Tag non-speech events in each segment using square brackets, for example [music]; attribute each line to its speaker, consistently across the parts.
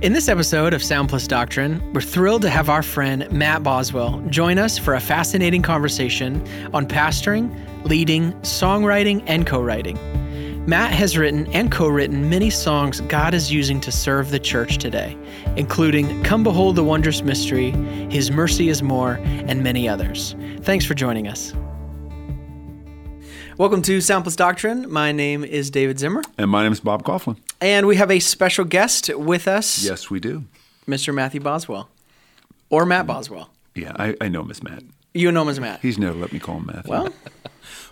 Speaker 1: In this episode of Sound Plus Doctrine, we're thrilled to have our friend Matt Boswell join us for a fascinating conversation on pastoring, leading, songwriting, and co writing. Matt has written and co written many songs God is using to serve the church today, including Come Behold the Wondrous Mystery, His Mercy is More, and many others. Thanks for joining us. Welcome to Sound Plus Doctrine. My name is David Zimmer,
Speaker 2: And my name is Bob Coughlin.
Speaker 1: and we have a special guest with us,
Speaker 2: Yes, we do.
Speaker 1: Mr. Matthew Boswell, or Matt
Speaker 2: Mm.
Speaker 1: Boswell.
Speaker 2: Yeah, I, I know Miss Matt.
Speaker 1: You know him as Matt.
Speaker 2: He's never let me call him Matthew.
Speaker 1: Well,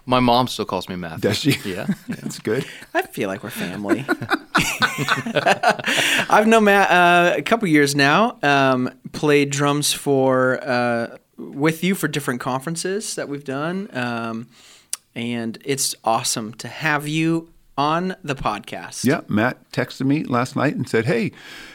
Speaker 3: My mom still calls me
Speaker 2: [laughs]
Speaker 3: Matthew.
Speaker 2: Does she?
Speaker 3: Yeah.
Speaker 2: [laughs] that's good.
Speaker 1: I feel like we're family. [laughs] I've known Matt uh, a couple years now. Um, played drums for uh, with you for different conferences that we've done, um, and it's awesome to have you on the podcast.
Speaker 2: Yeah, Matt texted me last night and said, "Hey,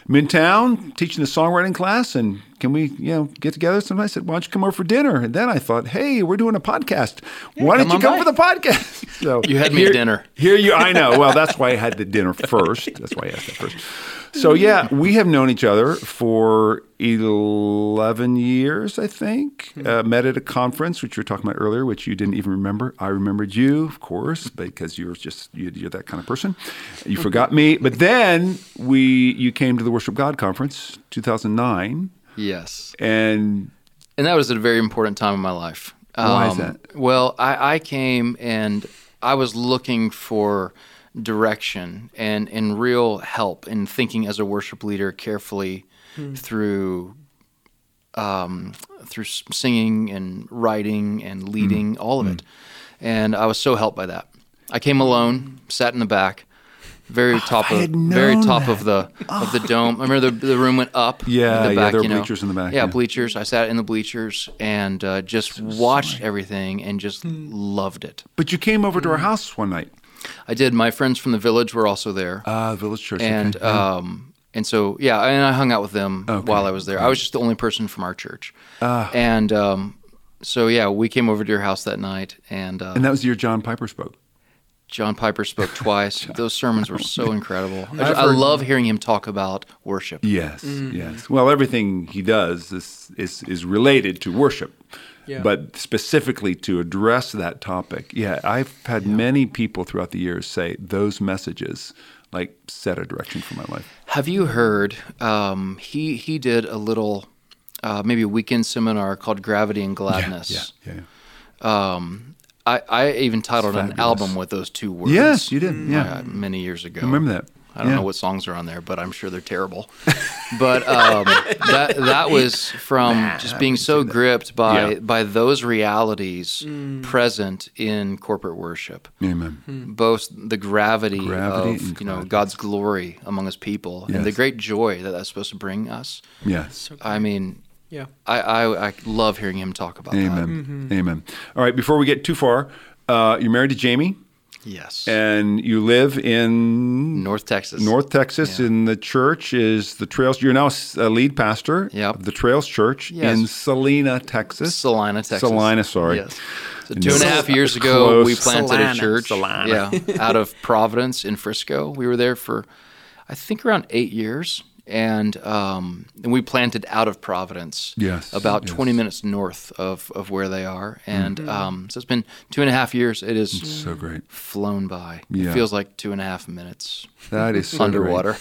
Speaker 2: I'm in town teaching a songwriting class, and can we, you know, get together?" So I said, "Why don't you come over for dinner?" And then I thought, "Hey, we're doing a podcast. Why don't
Speaker 1: come
Speaker 2: you
Speaker 1: on
Speaker 2: come
Speaker 1: by."
Speaker 2: for the podcast?" [laughs] So
Speaker 3: You had me
Speaker 2: here-
Speaker 3: at dinner.
Speaker 2: Here you, I know. Well, that's why I had the dinner first. That's why I asked that first. So yeah, we have known each other for eleven years, I think. Uh, met at a conference, which you were talking about earlier, which you didn't even remember. I remembered you, of course, because you're just you, you're that kind of person. You forgot me, but then we you came to the Worship God conference, two thousand nine,
Speaker 3: Yes.
Speaker 2: and
Speaker 3: And that was a very important time in my life. Um,
Speaker 2: Why is that?
Speaker 3: Well, I, I came and I was looking for direction and, and real help in thinking as a worship leader carefully through um, through s- singing and writing
Speaker 2: Hmm.
Speaker 3: and leading, all of it. And I was so helped by that. I came alone, sat in the back, very top
Speaker 2: Oh, I
Speaker 3: of
Speaker 2: had
Speaker 3: very
Speaker 2: known Oh.
Speaker 3: top of the of the dome. I remember the, the room went up.
Speaker 2: Yeah,
Speaker 3: the
Speaker 2: yeah,
Speaker 3: back,
Speaker 2: there were
Speaker 3: you know.
Speaker 2: bleachers in the back,
Speaker 3: Yeah,
Speaker 2: yeah.
Speaker 3: bleachers. I sat in the bleachers and uh, just watched everything and just loved it.
Speaker 2: but you came over to our house one night,
Speaker 3: I did. My friends from the village were also there,
Speaker 2: uh, Village Church, okay.
Speaker 3: and um, and so yeah, and I hung out with them while I was there. I was just the only person from our church,
Speaker 2: Ah.
Speaker 3: and um, so yeah, we came over to your house that night, and, uh,
Speaker 2: and that was the year John Piper spoke.
Speaker 3: John Piper spoke
Speaker 2: [laughs]
Speaker 3: twice. Those sermons were so incredible. I,
Speaker 2: I've
Speaker 3: I
Speaker 2: heard-
Speaker 3: love hearing him talk about worship.
Speaker 2: Yes, yes. Well, everything he does is is, is related to worship,
Speaker 1: Yeah.
Speaker 2: but specifically to address that topic. Yeah, I've had many people throughout the years say those messages like set a direction for my life.
Speaker 3: Have you heard? Um, he he did a little, uh, maybe a weekend seminar called Gravity and Gladness.
Speaker 2: Yeah. yeah.
Speaker 3: Um, I, I even titled an
Speaker 2: fabulous.
Speaker 3: album with those two words.
Speaker 2: Yes, you did. Yeah,
Speaker 3: uh, many years ago.
Speaker 2: I remember that.
Speaker 3: I don't
Speaker 2: Yeah.
Speaker 3: know what songs are on there, but I'm sure they're terrible. but
Speaker 2: [laughs]
Speaker 3: um, that that was from just being so gripped by
Speaker 2: Yeah. Mm.
Speaker 3: by those realities present in corporate worship,
Speaker 2: Amen.
Speaker 3: both the gravity,
Speaker 2: Hmm. Gravity
Speaker 3: of
Speaker 2: and
Speaker 3: you know
Speaker 2: gladness.
Speaker 3: God's glory among His people and the
Speaker 2: Yes.
Speaker 3: great joy that that's supposed to bring us.
Speaker 2: Yes.
Speaker 3: I mean,
Speaker 1: Yeah.
Speaker 3: I, I I love hearing him talk about
Speaker 2: Amen. Amen. All right. Before we get too far, uh, you're married to Jamie,
Speaker 3: that. Yes,
Speaker 2: and you live in
Speaker 3: North Texas.
Speaker 2: North Texas in the church is the Trails. You're now s- a lead pastor
Speaker 3: Yep.
Speaker 2: of the Trails Church
Speaker 3: Yes.
Speaker 2: in Salina, Texas.
Speaker 3: Salina, Texas.
Speaker 2: Salina, sorry.
Speaker 3: Yes. So
Speaker 2: And
Speaker 3: two and a
Speaker 2: it's-
Speaker 3: half years
Speaker 2: it's
Speaker 3: ago, we
Speaker 2: close.
Speaker 3: planted
Speaker 1: Salina.
Speaker 3: a church.
Speaker 2: Salina.
Speaker 3: Yeah, out of Providence in Frisco. We were there for, I think, around eight years, and um, and we planted out of Providence.
Speaker 2: Yes,
Speaker 3: About
Speaker 2: yes.
Speaker 3: twenty minutes north of of where they are, and um, so it's been two and a half years. It is
Speaker 2: So great.
Speaker 3: flown by.
Speaker 2: Yeah.
Speaker 3: It feels like two and a half minutes
Speaker 2: That is so great. [laughs]
Speaker 3: underwater.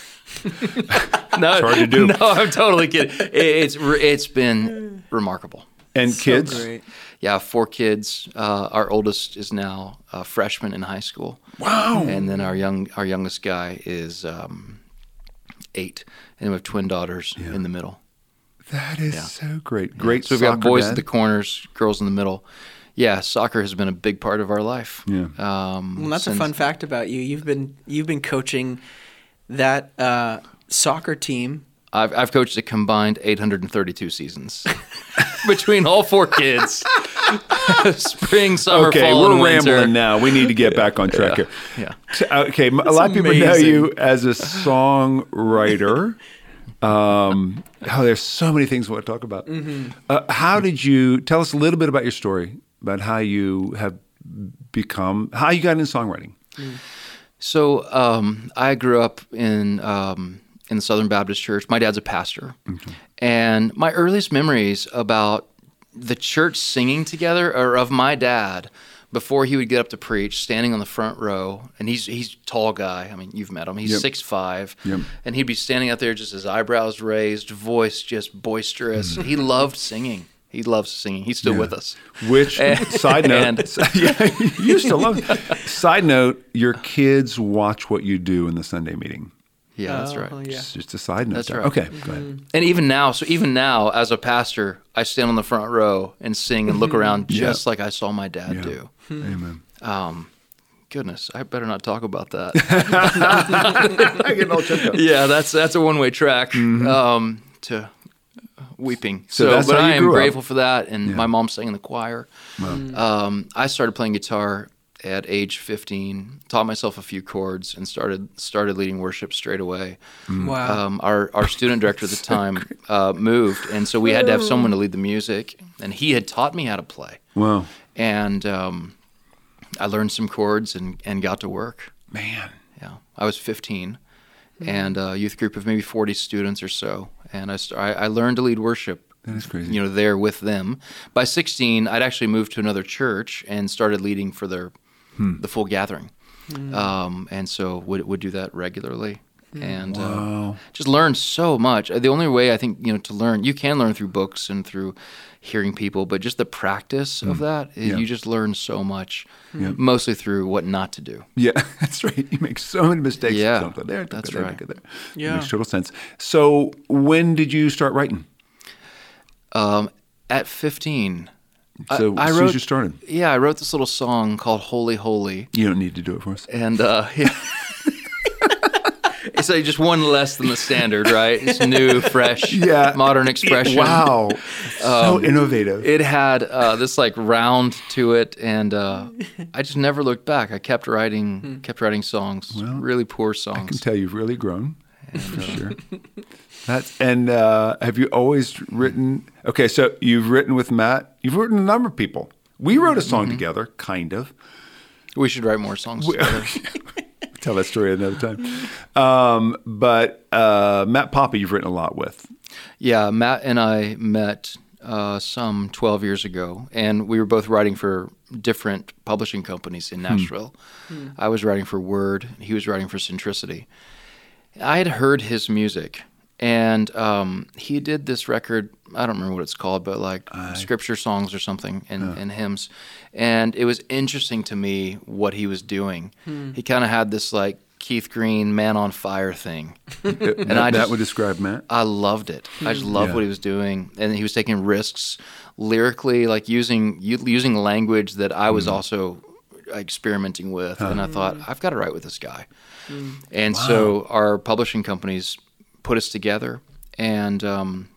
Speaker 3: no, it's
Speaker 2: hard to do.
Speaker 3: [laughs] No, I'm totally kidding. It, it's re- it's been remarkable.
Speaker 2: And kids.
Speaker 1: Oh, Great.
Speaker 3: Yeah, four kids. Uh, our oldest is now a freshman in high school.
Speaker 2: Wow.
Speaker 3: And then our young our youngest guy is um, eight, and we have twin daughters in the middle.
Speaker 2: That is so great. Great.
Speaker 3: So we've got
Speaker 2: soccer
Speaker 3: boys
Speaker 2: dad.
Speaker 3: at the corners, girls in the middle. Yeah, soccer has been a big part of our life.
Speaker 2: Yeah.
Speaker 3: Um,
Speaker 1: Well, that's a
Speaker 3: since-
Speaker 1: fun fact about you. You've been you've been coaching that uh, soccer team.
Speaker 3: I've, I've coached a combined 832 seasons [laughs] between all four
Speaker 2: [laughs]
Speaker 3: kids. [laughs] Spring, summer,
Speaker 2: Okay,
Speaker 3: fall,
Speaker 2: we're
Speaker 3: and
Speaker 2: rambling
Speaker 3: winter.
Speaker 2: now. We need to get back on track here.
Speaker 3: yeah.
Speaker 2: T- uh, Okay, m- a lot of people know
Speaker 1: amazing.
Speaker 2: you as a songwriter. um, oh, there's so many things we want to talk about.
Speaker 3: Mm-hmm.
Speaker 2: Uh, how did you tell us a little bit about your story about how you have become, how you got into songwriting?
Speaker 3: So um, I grew up in um, in the Southern Baptist Church. My dad's a pastor. And my earliest memories about the church singing together are of my dad before he would get up to preach, standing on the front row. And he's he's a tall guy. I mean, you've met him. He's
Speaker 2: Yep.
Speaker 3: six five.
Speaker 2: Yep.
Speaker 3: And he'd be standing out there just his eyebrows raised, voice just boisterous.
Speaker 2: Mm.
Speaker 3: he loved singing. He loves singing. He's still with us. [laughs]
Speaker 2: Which side note?
Speaker 3: and-
Speaker 2: [laughs] yeah, you used to love. Side note: Your kids watch what you do in the Sunday meeting.
Speaker 3: Yeah, that's
Speaker 1: Oh,
Speaker 3: right.
Speaker 1: Yeah.
Speaker 2: It's just a side note.
Speaker 3: That's
Speaker 2: there.
Speaker 3: right. Mm-hmm.
Speaker 2: Okay, go ahead.
Speaker 3: And even now, so even now, as a pastor, I stand on the front row and sing and look around just like I saw my dad
Speaker 2: Mm-hmm. Yeah.
Speaker 3: do. [laughs]
Speaker 2: Amen.
Speaker 3: Goodness, I better not talk
Speaker 2: [laughs]
Speaker 3: about that. [laughs]
Speaker 2: I get all choked up.
Speaker 3: yeah, that's that's a one way track um, to weeping.
Speaker 2: Mm-hmm. So
Speaker 3: So,
Speaker 2: that's
Speaker 3: but
Speaker 2: how you
Speaker 3: I am
Speaker 2: grew up.
Speaker 3: grateful for that. And my mom sang in the choir. Um, I started playing guitar at age 15. Taught myself a few chords and started started leading worship straight away.
Speaker 2: Mm.
Speaker 1: Wow.
Speaker 3: um, our, our student director at the time uh, moved, and so we had to have someone to lead the music, and he had taught me how to play,
Speaker 2: Wow,
Speaker 3: and um, I learned some chords and, and got to work.
Speaker 2: man.
Speaker 3: Yeah, I was 15, and a youth group of maybe 40 students or so, and I st- I, I learned to lead worship.
Speaker 2: That is crazy.
Speaker 3: You know, there with them. By 16, I'd actually moved to another church and started leading for their
Speaker 2: Hmm.
Speaker 3: the full gathering, um, and so would would do that regularly. And uh,
Speaker 2: Wow.
Speaker 3: just learn so much. The only way I think you know to learn, you can learn through books and through hearing people, but just the practice of that, i-
Speaker 2: Hmm. Yeah.
Speaker 3: you just learn so much, mostly through what not to do.
Speaker 2: Yeah, [laughs] that's right. You make so many mistakes.
Speaker 3: Yeah,
Speaker 2: Don't go there. Don't
Speaker 3: that's
Speaker 2: go there,
Speaker 3: right.
Speaker 2: Don't go there.
Speaker 1: Yeah.
Speaker 2: makes total sense. So, when did you start writing?
Speaker 3: Um, at 15,
Speaker 2: So,
Speaker 3: I- I
Speaker 2: as soon as
Speaker 3: wrote-
Speaker 2: you started,
Speaker 3: yeah, I wrote this little song called "Holy Holy,"
Speaker 2: you don't need to do it
Speaker 3: [laughs]
Speaker 2: for us.
Speaker 3: and uh, yeah. it's like just one less than the standard, right?
Speaker 2: [laughs]
Speaker 3: It's new, fresh,
Speaker 2: Yeah.
Speaker 3: modern expression.
Speaker 2: Wow, [laughs] so innovative.
Speaker 3: Um, it had uh, this like round to it, and uh, I just never looked back. I kept writing, kept writing songs, really poor
Speaker 2: I can
Speaker 3: songs.
Speaker 2: tell you've really grown for
Speaker 3: [laughs]
Speaker 2: sure. That's and uh, have you always written? Okay, so you've written with Matt. You've written a number of people. We wrote a
Speaker 3: Mm-hmm.
Speaker 2: song together, kind of.
Speaker 3: we should write more
Speaker 2: [laughs]
Speaker 3: songs. together.
Speaker 2: Tell that story another time. Um, but uh, Matt Poppy, you've written a lot with.
Speaker 3: yeah, Matt and I met uh, some 12 years ago, and we were both writing for different publishing companies in Nashville. I was writing for Word, and he was writing for Centricity. I had heard his music, and um, he did this record. I don't remember what it's called, but like scripture songs or something and, and hymns. And it was interesting to me what he was doing. He kind of had this like Keith Green man on fire thing.
Speaker 2: and
Speaker 3: I
Speaker 2: that
Speaker 3: just-
Speaker 2: would describe Matt.
Speaker 3: I loved it. I just loved
Speaker 2: Yeah.
Speaker 3: what he was doing, and he was taking risks lyrically, like using u- using language that I was also experimenting with. And I thought, I've got to write with this guy. And so our publishing companies put us together, and um,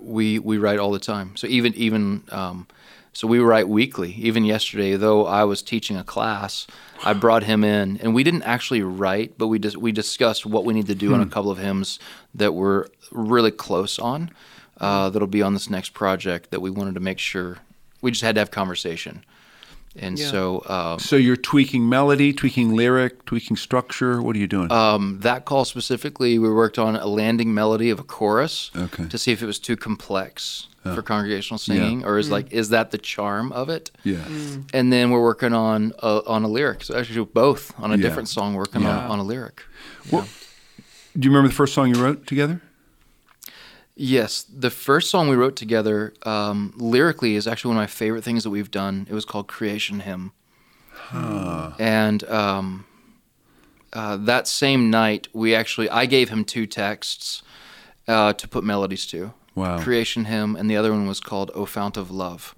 Speaker 3: we we write all the time. So even even um, so we write weekly. Even yesterday, though I was teaching a class, I brought him in, and we didn't actually write, but we dis- we discussed what we need to do on a couple of hymns that we're really close on. Uh, that'll be on this next project that we wanted to make sure we just had to have conversation, and
Speaker 1: Yeah.
Speaker 3: so. Um,
Speaker 2: So you're tweaking melody, tweaking lyric, tweaking structure. What are you doing?
Speaker 3: um, that call specifically, we worked on a landing melody of a chorus
Speaker 2: Okay.
Speaker 3: to see if it was too complex for congregational singing, or is like is that the charm of it?
Speaker 2: yeah.
Speaker 3: And then we're working on a, on a lyric. So actually, do both on a
Speaker 2: Yeah.
Speaker 3: different song, working
Speaker 2: Yeah.
Speaker 3: on, on a lyric.
Speaker 2: Well, do you remember the first song you wrote together?
Speaker 3: Yes, the first song we wrote together um, lyrically is actually one of my favorite things that we've done. It was called Creation Hymn. And um, uh, that same night, we actually I gave him two texts uh, to put melodies to.
Speaker 2: Wow.
Speaker 3: Creation Hymn, and the other one was called "O Fount of Love."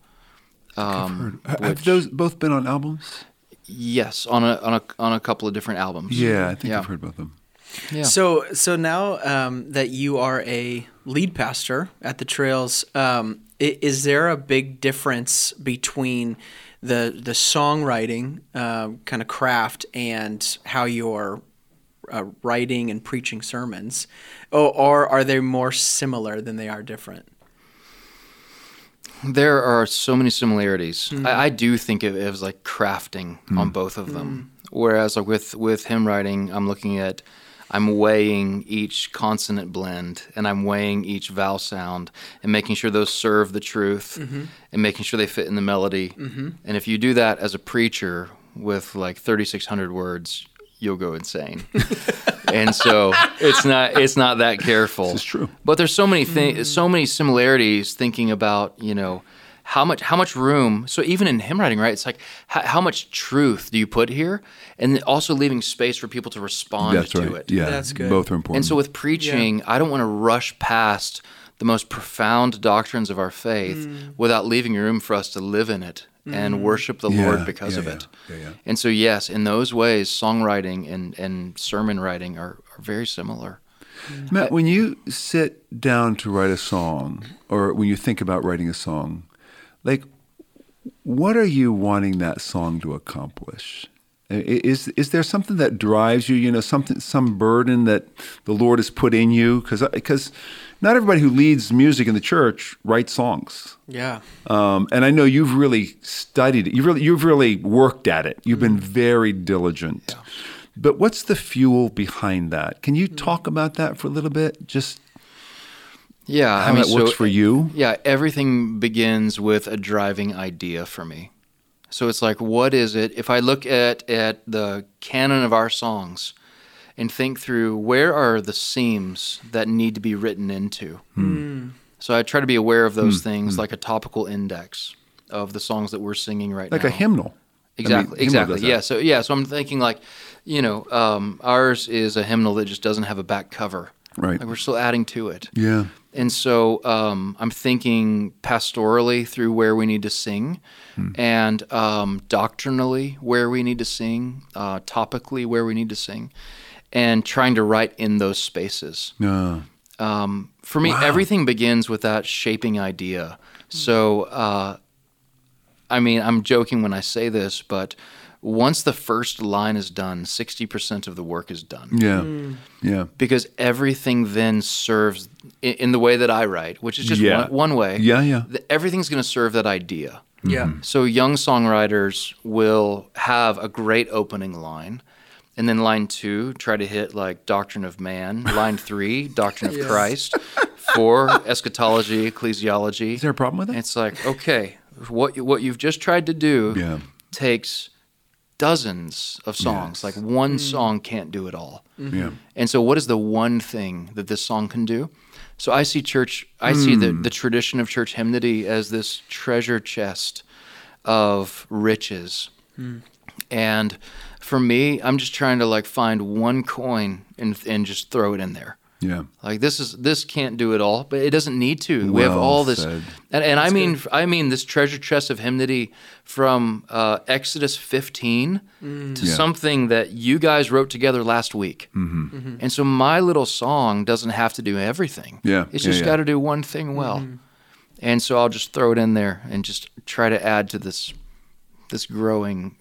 Speaker 3: Um,
Speaker 2: Have
Speaker 3: which-
Speaker 2: those both been on albums?
Speaker 3: Yes, on a on a on a couple of different albums.
Speaker 2: Yeah, I think
Speaker 3: Mm-hmm. Yeah.
Speaker 2: I've heard about them.
Speaker 3: Yeah.
Speaker 1: So, so now um, that you are a lead pastor at the trails, um, i- is there a big difference between the the songwriting uh, kind of craft and how you're uh, writing and preaching sermons, or, or are they more similar than they are different?
Speaker 3: There are so many similarities. I, I do think of it as like crafting on both of them. Whereas like with with him writing, I'm looking at I'm weighing each consonant blend and I'm weighing each vowel sound and making sure those serve the truth and making sure they fit in the melody. And if you do that as a preacher with like 3,600 words, you'll go insane. and so it's not it's not that careful. It's
Speaker 2: true.
Speaker 3: But there's so many things, so many similarities. Thinking about you know how much how much room. So even in hymn writing, right? It's like how, how much truth do you put here, and then also leaving space for people to respond
Speaker 2: That's
Speaker 3: to
Speaker 2: right.
Speaker 3: it.
Speaker 2: Yeah,
Speaker 1: That's good.
Speaker 2: Both are important.
Speaker 3: And so with preaching, I don't want to rush past the most profound doctrines of our faith without leaving room for us to live in it and worship the
Speaker 2: Yeah,
Speaker 3: Lord because
Speaker 2: yeah,
Speaker 3: of
Speaker 2: yeah,
Speaker 3: it.
Speaker 2: yeah, yeah.
Speaker 3: And so yes, in those ways, songwriting and, and sermon writing are, are very similar.
Speaker 2: Matt, when you sit down to write a song, or when you think about writing a song, like, what are you wanting that song to accomplish? I- Is is there something that drives you? You know, something, some burden that the Lord has put in you? Because because not everybody who leads music in the church writes songs.
Speaker 1: Yeah.
Speaker 2: Um, and I know you've really studied it. You really, you've really worked at it. You've been very diligent. But what's the fuel behind that? Can you talk about that for a little bit? Just
Speaker 3: Yeah,
Speaker 2: how that works for you?
Speaker 3: Yeah, everything begins with a driving idea for me. So it's like, what is it? If I look at at the canon of our songs and think through where are the seams that need to be written into.
Speaker 2: Hmm.
Speaker 3: So I try to be aware of those things, like a topical index of the songs that we're singing right
Speaker 2: Like
Speaker 3: now.
Speaker 2: a hymnal. I mean,
Speaker 3: Exactly.
Speaker 2: hymnal
Speaker 3: exactly.
Speaker 2: does that.
Speaker 3: Yeah. So yeah. So I'm thinking like, you know, um, ours is a hymnal that just doesn't have a back cover.
Speaker 2: Right.
Speaker 3: Like we're still adding to it.
Speaker 2: Yeah.
Speaker 3: And so um, I'm thinking pastorally through where we need to sing,
Speaker 2: Hmm.
Speaker 3: and um, doctrinally where we need to sing, uh, topically where we need to sing, and trying to write in those spaces.
Speaker 2: No.
Speaker 3: Um, for me, everything begins with that shaping idea. So, uh, I mean, I'm joking when I say this, but once the first line is done, 60% of the work is done
Speaker 2: Yeah. Yeah.
Speaker 3: because everything then serves in, in the way that I write, which is just
Speaker 2: Yeah.
Speaker 3: one, one way.
Speaker 2: Yeah, yeah.
Speaker 3: th- everything's going to serve that idea.
Speaker 1: Yeah.
Speaker 3: So young songwriters will have a great opening line. And then line two, try to hit like doctrine of man. Line three, doctrine of
Speaker 1: Yes.
Speaker 3: Christ. Four, eschatology, ecclesiology.
Speaker 2: Is there a problem with that?
Speaker 3: And It's like, okay, what you- what you've just tried to do
Speaker 2: Yeah.
Speaker 3: takes dozens of songs. Like one song can't do it all.
Speaker 2: Yeah.
Speaker 3: And so, what is the one thing that this song can do? So, I see church, I see the, the tradition of church hymnody as this treasure chest of riches. And for me, I'm just trying to like find one coin and, and just throw it in there.
Speaker 2: Yeah.
Speaker 3: Like this is this can't do it all, but it doesn't need to. we have
Speaker 2: Well
Speaker 3: all this,
Speaker 2: said.
Speaker 3: and, and I mean I mean this treasure chest of hymnody from uh, Exodus 15 to
Speaker 2: Yeah.
Speaker 3: something that you guys wrote together last week.
Speaker 2: Mm-hmm.
Speaker 3: And so my little song doesn't have to do everything.
Speaker 2: Yeah,
Speaker 3: it's
Speaker 2: yeah,
Speaker 3: just
Speaker 2: yeah.
Speaker 3: got to do one thing well. And so I'll just throw it in there and just try to add to this this growing,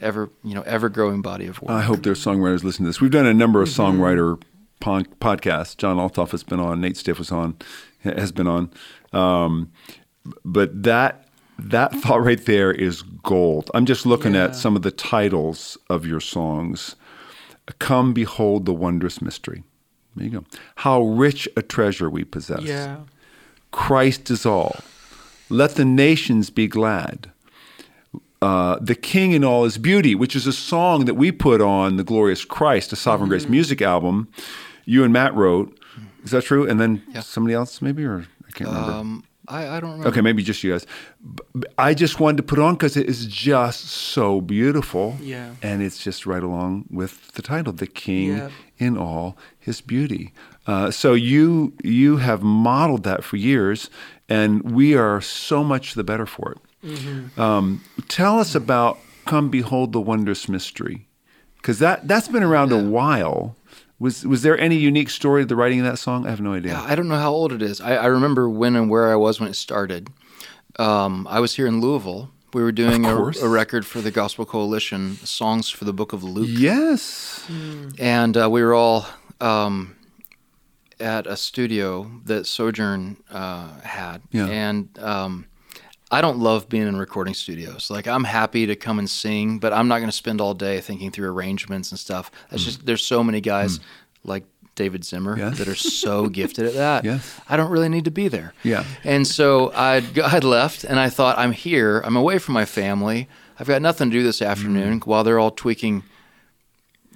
Speaker 3: ever you know ever growing body of work.
Speaker 2: I hope there's songwriters listening to this. We've done a number of songwriter pon- podcasts. John Altoff has been on. Nate Stiff was on. Has been on. Um, but that that thought right there is gold. I'm just looking
Speaker 1: Yeah.
Speaker 2: at some of the titles of your songs. Come behold the wondrous mystery. There you go. How rich a treasure we possess.
Speaker 1: Yeah.
Speaker 2: Christ is all. Let the nations be glad. Uh, the King in all his beauty, which is a song that we put on the Glorious Christ, a Sovereign Grace music album. You and Matt wrote. Is that true? And then somebody else, maybe, or I can't remember.
Speaker 3: Um, I, I don't remember.
Speaker 2: okay, maybe just you guys. B- b- I just wanted to put it on because it is just so beautiful.
Speaker 1: Yeah.
Speaker 2: And it's just right along with the title, "The King
Speaker 1: Yep.
Speaker 2: in all his beauty. Uh, so you you have modeled that for years, and we are so much the better for it.
Speaker 1: Mm-hmm.
Speaker 2: Um, tell us about "Come Behold the Wondrous Mystery," because that that's been around a while. Was was there any unique story to the writing of that song? I have no idea.
Speaker 3: I don't know how old it is. I, I remember when and where I was when it started. Um, I was here in Louisville. We were doing a,
Speaker 2: course.
Speaker 3: a record for the Gospel Coalition, songs for the Book of Luke,
Speaker 2: Yes.
Speaker 3: and uh, we were all um, at a studio that Sojourn uh, had.
Speaker 2: Yeah.
Speaker 3: And um, I don't love being in recording studios. Like I'm happy to come and sing, but I'm not going to spend all day thinking through arrangements and stuff. That's just there's so many guys. like David Zimmer
Speaker 2: Mm. Yes.
Speaker 3: that are so gifted at
Speaker 2: [laughs]
Speaker 3: that.
Speaker 2: Yes.
Speaker 3: I don't really need to be there.
Speaker 2: Yeah.
Speaker 3: And so I'd go, I'd left and I thought I'm here. I'm away from my family. I've got nothing to do this
Speaker 2: Mm.
Speaker 3: afternoon while they're all tweaking,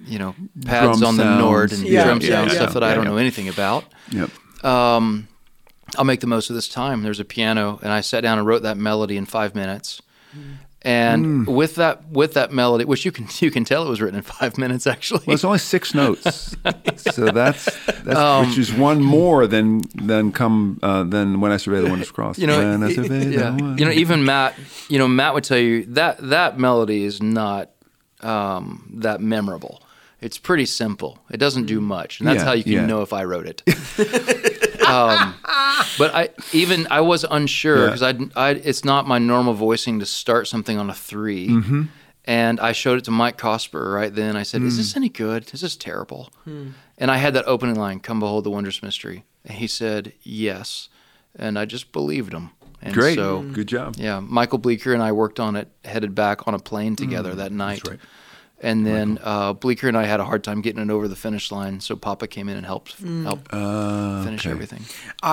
Speaker 3: you know, pads
Speaker 2: Drum
Speaker 3: on the
Speaker 2: sounds.
Speaker 3: Nord and
Speaker 1: Yeah,
Speaker 3: drum
Speaker 1: yeah,
Speaker 3: sound
Speaker 1: yeah.
Speaker 3: stuff that I
Speaker 2: Yeah,
Speaker 3: don't
Speaker 2: yeah.
Speaker 3: know anything about.
Speaker 2: Yep.
Speaker 3: I'll make the most of this time. There's a piano, and I sat down and wrote that melody in five minutes.
Speaker 2: Mm.
Speaker 3: And with that, with that melody, which you can you can tell it was written in five minutes, actually.
Speaker 2: Well, it's only six
Speaker 3: [laughs]
Speaker 2: notes, so that's, that's
Speaker 3: Um,
Speaker 2: which is one more than than come uh, than when I survey the wonders cross.
Speaker 3: you know,
Speaker 2: when I
Speaker 3: it-
Speaker 2: survey the
Speaker 3: yeah.
Speaker 2: wonders-
Speaker 3: you know, even Matt, you know, Matt would tell you that that melody is not um, that memorable. It's pretty simple. It doesn't do much, and that's
Speaker 2: Yeah,
Speaker 3: how you can
Speaker 2: yeah.
Speaker 3: know if I wrote it. um, but I even I was unsure
Speaker 2: Yeah.
Speaker 3: because I it's not my normal voicing to start something on a 3
Speaker 2: Mm-hmm.
Speaker 3: And I showed it to Mike Cosper right then. I said, "Is
Speaker 2: Mm.
Speaker 3: this any good? Is this terrible?" And I had that opening line, "Come behold the wondrous mystery." And he said, "Yes," and I just believed him. And
Speaker 2: great,
Speaker 3: So,
Speaker 2: good job.
Speaker 3: yeah, Michael Bleeker and I worked on it, headed back on a plane together that night.
Speaker 2: Mm, right.
Speaker 3: And then uh, Bleeker and I had a hard time getting it over the finish line, so Papa came in and helped helped
Speaker 2: Uh,
Speaker 3: finish everything.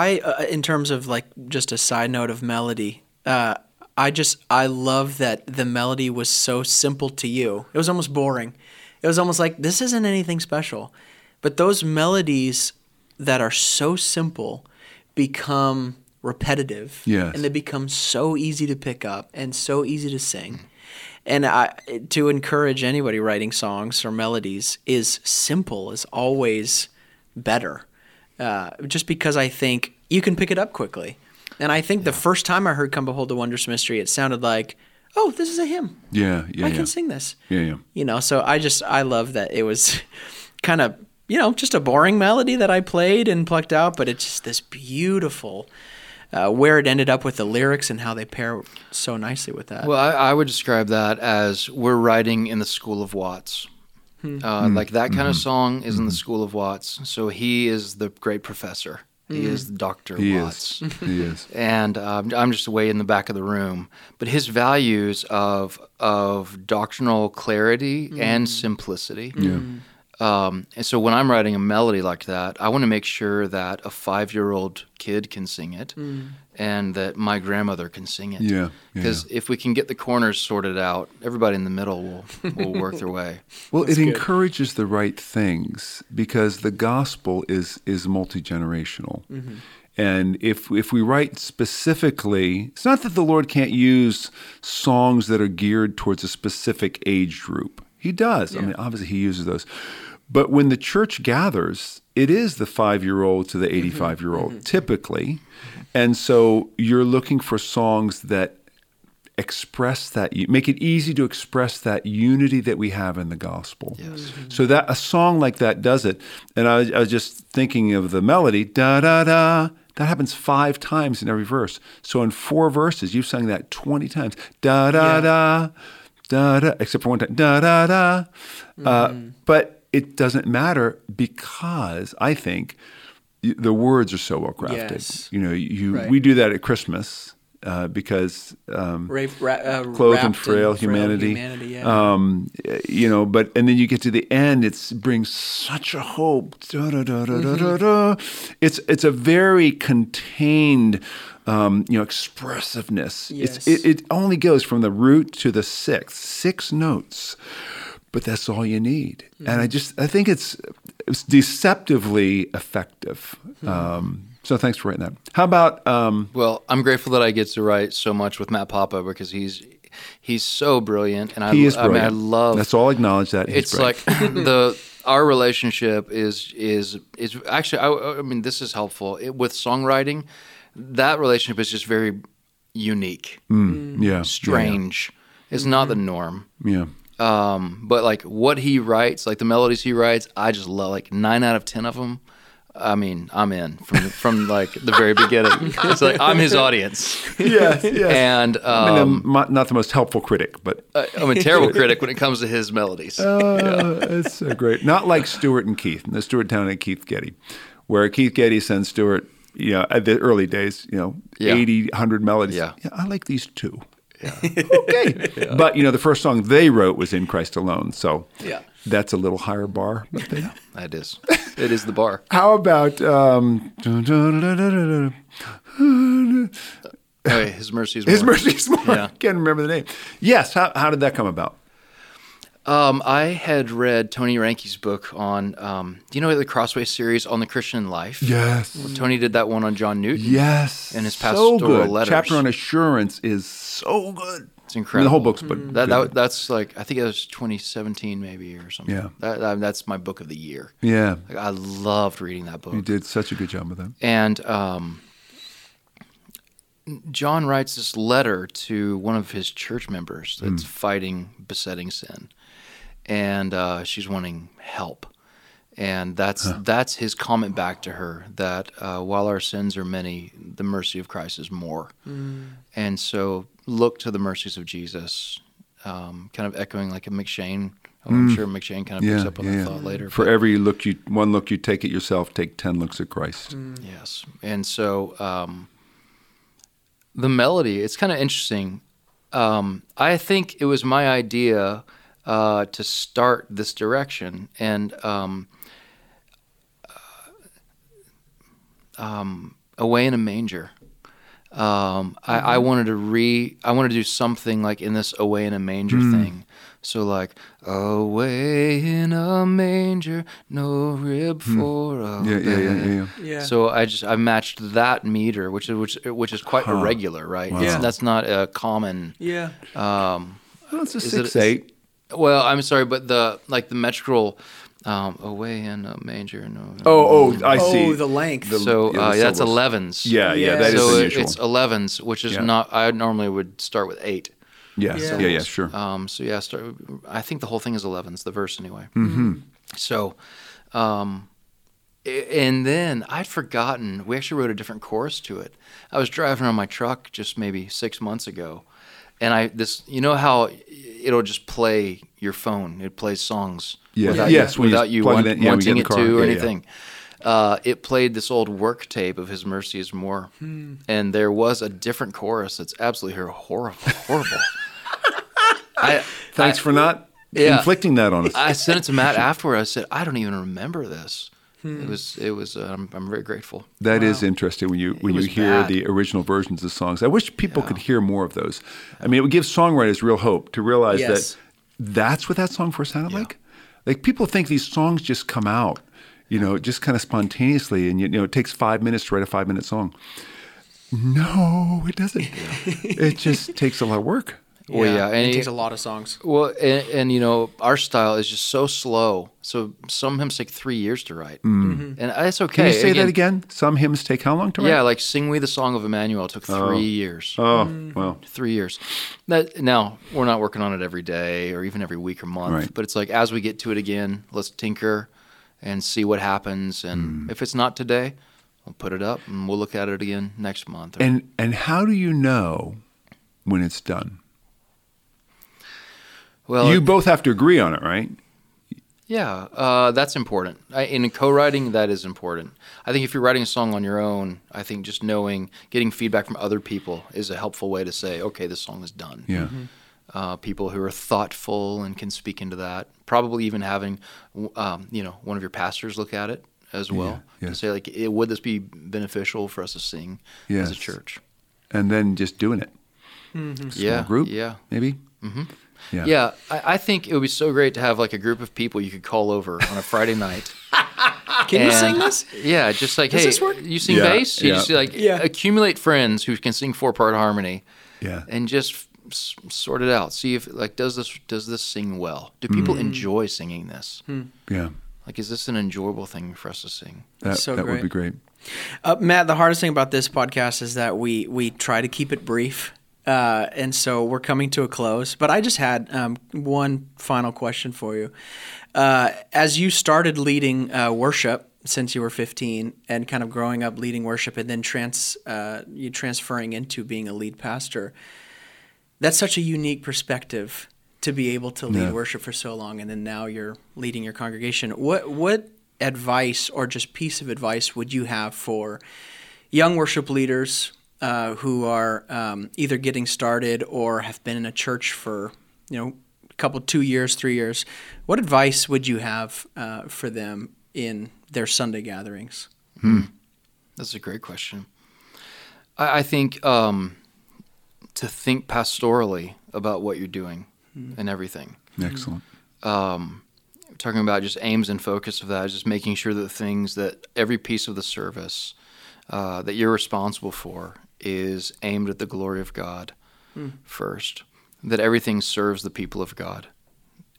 Speaker 1: I, uh, in terms of like just a side note of melody, uh, I just I love that the melody was so simple to you. It was almost boring. It was almost like this isn't anything special, but those melodies that are so simple become repetitive.
Speaker 2: Yes.
Speaker 1: and they become so easy to pick up and so easy to sing. And I, to encourage anybody writing songs or melodies is simple is always better. Uh, just because I think you can pick it up quickly. And I think the first time I heard "Come Behold the Wondrous Mystery," it sounded like, "Oh, this is a hymn.
Speaker 2: Yeah, yeah,
Speaker 1: I
Speaker 2: yeah.
Speaker 1: can sing this."
Speaker 2: Yeah, yeah.
Speaker 1: You know, so I just I love that it was [laughs] kind of you know just a boring melody that I played and plucked out, but it's just this beautiful uh, where it ended up with the lyrics and how they pair so nicely with that.
Speaker 3: Well, I, I would describe that as we're writing in the school of Watts. Uh,
Speaker 2: Hmm.
Speaker 3: Like that kind
Speaker 2: Mm-hmm.
Speaker 3: of song is in the school of Watts. So he is the great professor. He is Doctor
Speaker 2: He
Speaker 3: Watts. [laughs]
Speaker 2: is. He is.
Speaker 3: and um, I'm just way in the back of the room. But his values of of doctrinal clarity and simplicity. Yeah. Um, and so when I'm writing a melody like that, I want to make sure that a five year old kid can sing it, and that my grandmother can sing it.
Speaker 2: Yeah, yeah,
Speaker 3: Because if we can get the corners sorted out, everybody in the middle will will work their way.
Speaker 2: Well, it encourages the right things because the gospel is is multi generational, and if if we write specifically, it's not that the Lord can't use songs that are geared towards a specific age group. He does. I mean, obviously, he uses those, but when the church gathers, it is the five year old to the eighty five year old typically, and so you're looking for songs that express that make it easy to express that unity that we have in the gospel so that a song like that does it and I was, I was just thinking of the melody da da da that happens five times in every verse so in four verses you've sung that 20 times da da da da da except for one time da da da uh,
Speaker 1: Mm.
Speaker 2: but it doesn't matter because i think y- the words are so well crafted
Speaker 1: Yes.
Speaker 2: you know you
Speaker 1: Right.
Speaker 2: we do that at christmas uh, because um,
Speaker 1: Ra- ra- uh,
Speaker 2: Clothed in
Speaker 1: wrapped
Speaker 2: frail humanity.
Speaker 1: yeah.
Speaker 2: um, you know, but and then you get to the end. It's brings such a hope. Da, da, da, da, da, da, da. It's it's a very contained, um, you know, expressiveness. It's,
Speaker 1: Yes.
Speaker 2: it, it only goes from the root to the sixth, six notes, but that's all you need. And I just I think it's it's deceptively effective. Um, so thanks for writing that. How about um,
Speaker 3: Well, I'm grateful that I get to write so much with Matt Papa because he's he's so brilliant, and I,
Speaker 2: he is
Speaker 3: I mean,
Speaker 2: brilliant.
Speaker 3: I love
Speaker 2: That's all. I acknowledge that he's
Speaker 3: it's
Speaker 2: brilliant.
Speaker 3: like
Speaker 2: [laughs]
Speaker 3: the our relationship is is is actually I, I mean this is helpful it, with songwriting that relationship is just very unique
Speaker 2: Mm, yeah, Mm-hmm. yeah,
Speaker 3: strange it's not the norm
Speaker 2: Yeah.
Speaker 3: [laughs] um but like what he writes like the melodies he writes I just love like 9 out of 10 of them I mean I'm in from from like the
Speaker 2: [laughs]
Speaker 3: very beginning it's like I'm his audience
Speaker 2: yes, yes.
Speaker 3: and
Speaker 2: I mean,
Speaker 3: um,
Speaker 2: I'm mo- not the most helpful critic, but
Speaker 3: I- I'm a terrible
Speaker 2: [laughs]
Speaker 3: critic when it comes to his melodies
Speaker 2: uh, it's so great. Not like Stewart and Keith, the Stewart Town and Keith Getty, where Keith Getty sends Stewart, you know, at the early days, you know,
Speaker 3: Yeah.
Speaker 2: eighty, hundred 80, 100 melodies.
Speaker 3: Yeah.
Speaker 2: I like these two. [laughs] okay. But you know, the first song they wrote was "In Christ Alone," so
Speaker 1: Yeah.
Speaker 2: that's a little higher bar. But they-
Speaker 3: That is, it is
Speaker 2: [laughs]
Speaker 3: the bar.
Speaker 2: How about um, dun, dun, dun, dun, dun, dun.
Speaker 3: Oh, yeah, His mercy is
Speaker 2: His
Speaker 3: more.
Speaker 2: Mercy's More?
Speaker 3: Yeah.
Speaker 2: I can't remember the name. Yes. How, how did that come about?
Speaker 3: Um, I had read Tony Ranke's book on, um, do you know the Crossway series on the Christian life?
Speaker 2: Yes.
Speaker 3: Tony did that one on John Newton.
Speaker 2: Yes.
Speaker 3: And his
Speaker 2: so
Speaker 3: pastoral
Speaker 2: good.
Speaker 3: letters.
Speaker 2: Chapter on assurance is so good.
Speaker 3: It's
Speaker 2: I mean,
Speaker 3: incredible.
Speaker 2: the whole book's but
Speaker 3: That, that, that's like I think it was 2017 maybe or something.
Speaker 2: Yeah.
Speaker 3: That, that- that's my book of the year.
Speaker 2: yeah.
Speaker 3: Like, I loved reading that book.
Speaker 2: You did such a good job with that.
Speaker 3: And um, John writes this letter to one of his church members
Speaker 2: Hmm.
Speaker 3: that's fighting besetting sin, and uh, she's wanting help. And that's that's his comment back to her that uh, while our sins are many, the mercy of Christ is more. And so look to the mercies of Jesus, um, kind of echoing like a McShane. Oh, I'm sure McShane kind of
Speaker 2: Hmm. Yeah.
Speaker 3: picks up on
Speaker 2: yeah,
Speaker 3: that
Speaker 2: yeah.
Speaker 3: thought later.
Speaker 2: For
Speaker 3: but-
Speaker 2: every look you one look you take at yourself, take ten looks at Christ.
Speaker 3: Mm. Yes. And so um, the melody, it's kind of interesting. Um, I think it was my idea uh, to start this direction. And um, uh, um, Away in a Manger. Um, I, I
Speaker 2: Mm-hmm.
Speaker 3: wanted to re, I wanted to do something like in this away in a manger
Speaker 2: Mm.
Speaker 3: thing. So like away in a manger, no rib for a
Speaker 2: Hmm. Yeah, yeah, yeah,
Speaker 3: bed.
Speaker 2: yeah, yeah.
Speaker 1: Yeah.
Speaker 3: So I just I matched that meter, which is which which is quite irregular, right? It's-
Speaker 1: Yeah.
Speaker 3: That's not a common.
Speaker 1: yeah.
Speaker 2: Well, it's Oh, a
Speaker 3: it-
Speaker 2: six eight.
Speaker 3: Well, I'm sorry, but the like the metrical um, away in a manger. No.
Speaker 2: Oh, oh, I see.
Speaker 1: Oh, the length.
Speaker 2: The-
Speaker 3: so
Speaker 2: yeah,
Speaker 3: uh, that's
Speaker 2: syllables.
Speaker 3: elevens.
Speaker 2: Yeah, yeah,
Speaker 1: Yeah.
Speaker 2: that is
Speaker 3: so it-
Speaker 2: unusual.
Speaker 3: it's elevens, which is
Speaker 2: Yeah.
Speaker 3: not. I normally would start with eight.
Speaker 2: yes,
Speaker 1: Yeah.
Speaker 2: yeah, yeah, sure.
Speaker 3: Um, so yeah, start, I think the whole thing is 11s, the verse anyway. Mm-hmm. So, um, a- and then I'd forgotten, we actually wrote a different chorus to it. I was driving on my truck just maybe six months ago. And I, this, you know how it'll just play your phone, it plays songs
Speaker 2: Yeah.
Speaker 3: without
Speaker 2: Yes,
Speaker 3: you,
Speaker 2: when you
Speaker 3: without you
Speaker 2: plug it
Speaker 3: want,
Speaker 2: in, yeah, when you get
Speaker 3: wanting
Speaker 2: in
Speaker 3: it
Speaker 2: the car.
Speaker 3: to or
Speaker 2: Yeah, yeah.
Speaker 3: anything uh, it played this old work tape of His Mercy is More.
Speaker 2: Hmm.
Speaker 3: And there was a different chorus that's absolutely hor- horrible. horrible.
Speaker 2: [laughs]
Speaker 3: I,
Speaker 2: Thanks for not
Speaker 3: Yeah.
Speaker 2: inflicting that on us. [laughs]
Speaker 3: I sent it to Matt afterward. I said, I don't even remember this.
Speaker 2: Hmm.
Speaker 3: It was, it was, uh, I'm, I'm very grateful.
Speaker 2: That is interesting when you when you
Speaker 3: was
Speaker 2: hear
Speaker 3: bad.
Speaker 2: the original versions of songs. I wish people could hear more of those. I mean, it would give songwriters real hope to realize
Speaker 1: Yes.
Speaker 2: that that's what that song first sounded like. Like people think these songs just come out, you know, just kind of spontaneously, and you, you know, it takes five minutes to write a five minute song. No, it doesn't. it
Speaker 3: [laughs]
Speaker 2: just takes a lot of work.
Speaker 3: Well, yeah, and
Speaker 1: it
Speaker 3: he-
Speaker 1: takes a lot of songs.
Speaker 3: Well, and, and you know, our style is just so slow. So some hymns take three years to write.
Speaker 2: Hmm.
Speaker 3: Mm-hmm. And it's okay.
Speaker 2: Can you say that again? Some hymns take how long to write?
Speaker 3: Yeah, like Sing We the Song of Emmanuel took three years.
Speaker 2: Oh,
Speaker 3: Mm.
Speaker 2: well,
Speaker 3: three years. That, now we're not working on it every day or even every week or month,
Speaker 2: Right.
Speaker 3: but it's like as we get to it again, let's tinker and see what happens.
Speaker 2: Hmm.
Speaker 3: And if it's not today, we'll put it up and we'll look at it again next month. or-
Speaker 2: and and how do you know when it's done?
Speaker 3: well,
Speaker 2: you both have to agree on it, right?
Speaker 3: yeah, uh, that's important. I, in co-writing, that is important. I think if you're writing a song on your own, I think just knowing, getting feedback from other people is a helpful way to say, okay, this song is done.
Speaker 2: Yeah.
Speaker 3: uh, people who are thoughtful and can speak into that. Probably even having, um, you know, one of your pastors look at it as well
Speaker 2: Yeah, yeah.
Speaker 3: and say like, it, would this be beneficial for us to sing as
Speaker 2: Yes.
Speaker 3: a church?
Speaker 2: and then just doing it. Small
Speaker 3: yeah,
Speaker 2: group,
Speaker 3: yeah,
Speaker 2: maybe. Mm-hmm. Yeah.
Speaker 3: yeah. I, I think it would be so great to have like a group of people you could call over on a Friday [laughs] night.
Speaker 2: Ah,
Speaker 1: Can you sing
Speaker 3: and-
Speaker 1: this?
Speaker 3: Yeah, just like
Speaker 1: Does
Speaker 3: hey,
Speaker 1: this work?
Speaker 3: you sing
Speaker 2: Yeah,
Speaker 3: bass. You
Speaker 2: yeah.
Speaker 3: just like
Speaker 1: Yeah.
Speaker 3: accumulate friends who can sing four part harmony.
Speaker 2: Yeah.
Speaker 3: and just s- sort it out. See if like does this does this sing well? Do
Speaker 2: Hmm.
Speaker 3: people enjoy singing this?
Speaker 1: Hmm.
Speaker 2: yeah.
Speaker 3: Like, is this an enjoyable thing for us to sing?
Speaker 2: That,
Speaker 1: So
Speaker 2: that
Speaker 1: great.
Speaker 2: would be great.
Speaker 1: Uh, Matt, the hardest thing about this podcast is that we we try to keep it brief, uh, and so we're coming to a close. But I just had um, one final question for you. Uh, as you started leading uh, worship since you were 15, and kind of growing up leading worship, and then trans uh, you transferring into being a lead pastor, that's such a unique perspective to be able to lead
Speaker 2: Yeah.
Speaker 1: worship for so long and then now you're leading your congregation what what advice or just piece of advice would you have for young worship leaders uh, who are um, either getting started or have been in a church for you know a couple two years, three years. What advice would you have uh, for them in their Sunday gatherings?
Speaker 3: That's a great question. I, I think um, to think pastorally about what you're doing
Speaker 1: Hmm.
Speaker 3: and everything.
Speaker 2: Excellent.
Speaker 3: talking about just aims and focus of that is just making sure that the things that every piece of the service uh, that you're responsible for is aimed at the glory of God first. That everything serves the people of God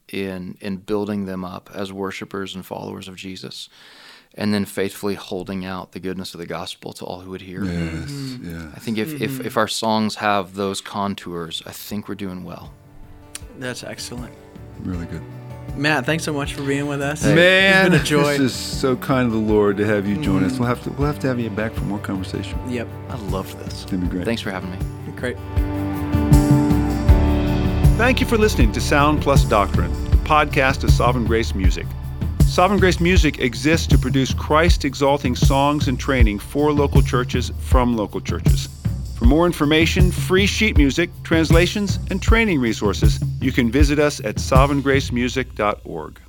Speaker 3: in in building them up as worshipers and followers of Jesus, and then faithfully holding out the goodness of the gospel to all who would hear.
Speaker 2: Yes. Yeah.
Speaker 3: I think if, if if our songs have those contours, I think we're doing well.
Speaker 1: That's excellent,
Speaker 2: Really good.
Speaker 1: Matt. Thanks so much for being with us.
Speaker 2: Man,
Speaker 1: it's been a joy.
Speaker 2: this is so kind of the Lord to have you join us. We'll have to we'll have to have you back for more conversation.
Speaker 1: Yep,
Speaker 3: I loved this.
Speaker 2: gonna be great.
Speaker 3: Thanks for having me.
Speaker 1: great.
Speaker 2: Thank you for listening to Sound Plus Doctrine, the podcast of Sovereign Grace Music. Sovereign Grace Music exists to produce Christ exalting songs and training for local churches from local churches. For more information, free sheet music, translations, and training resources, you can visit us at sovereigngracemusic.org.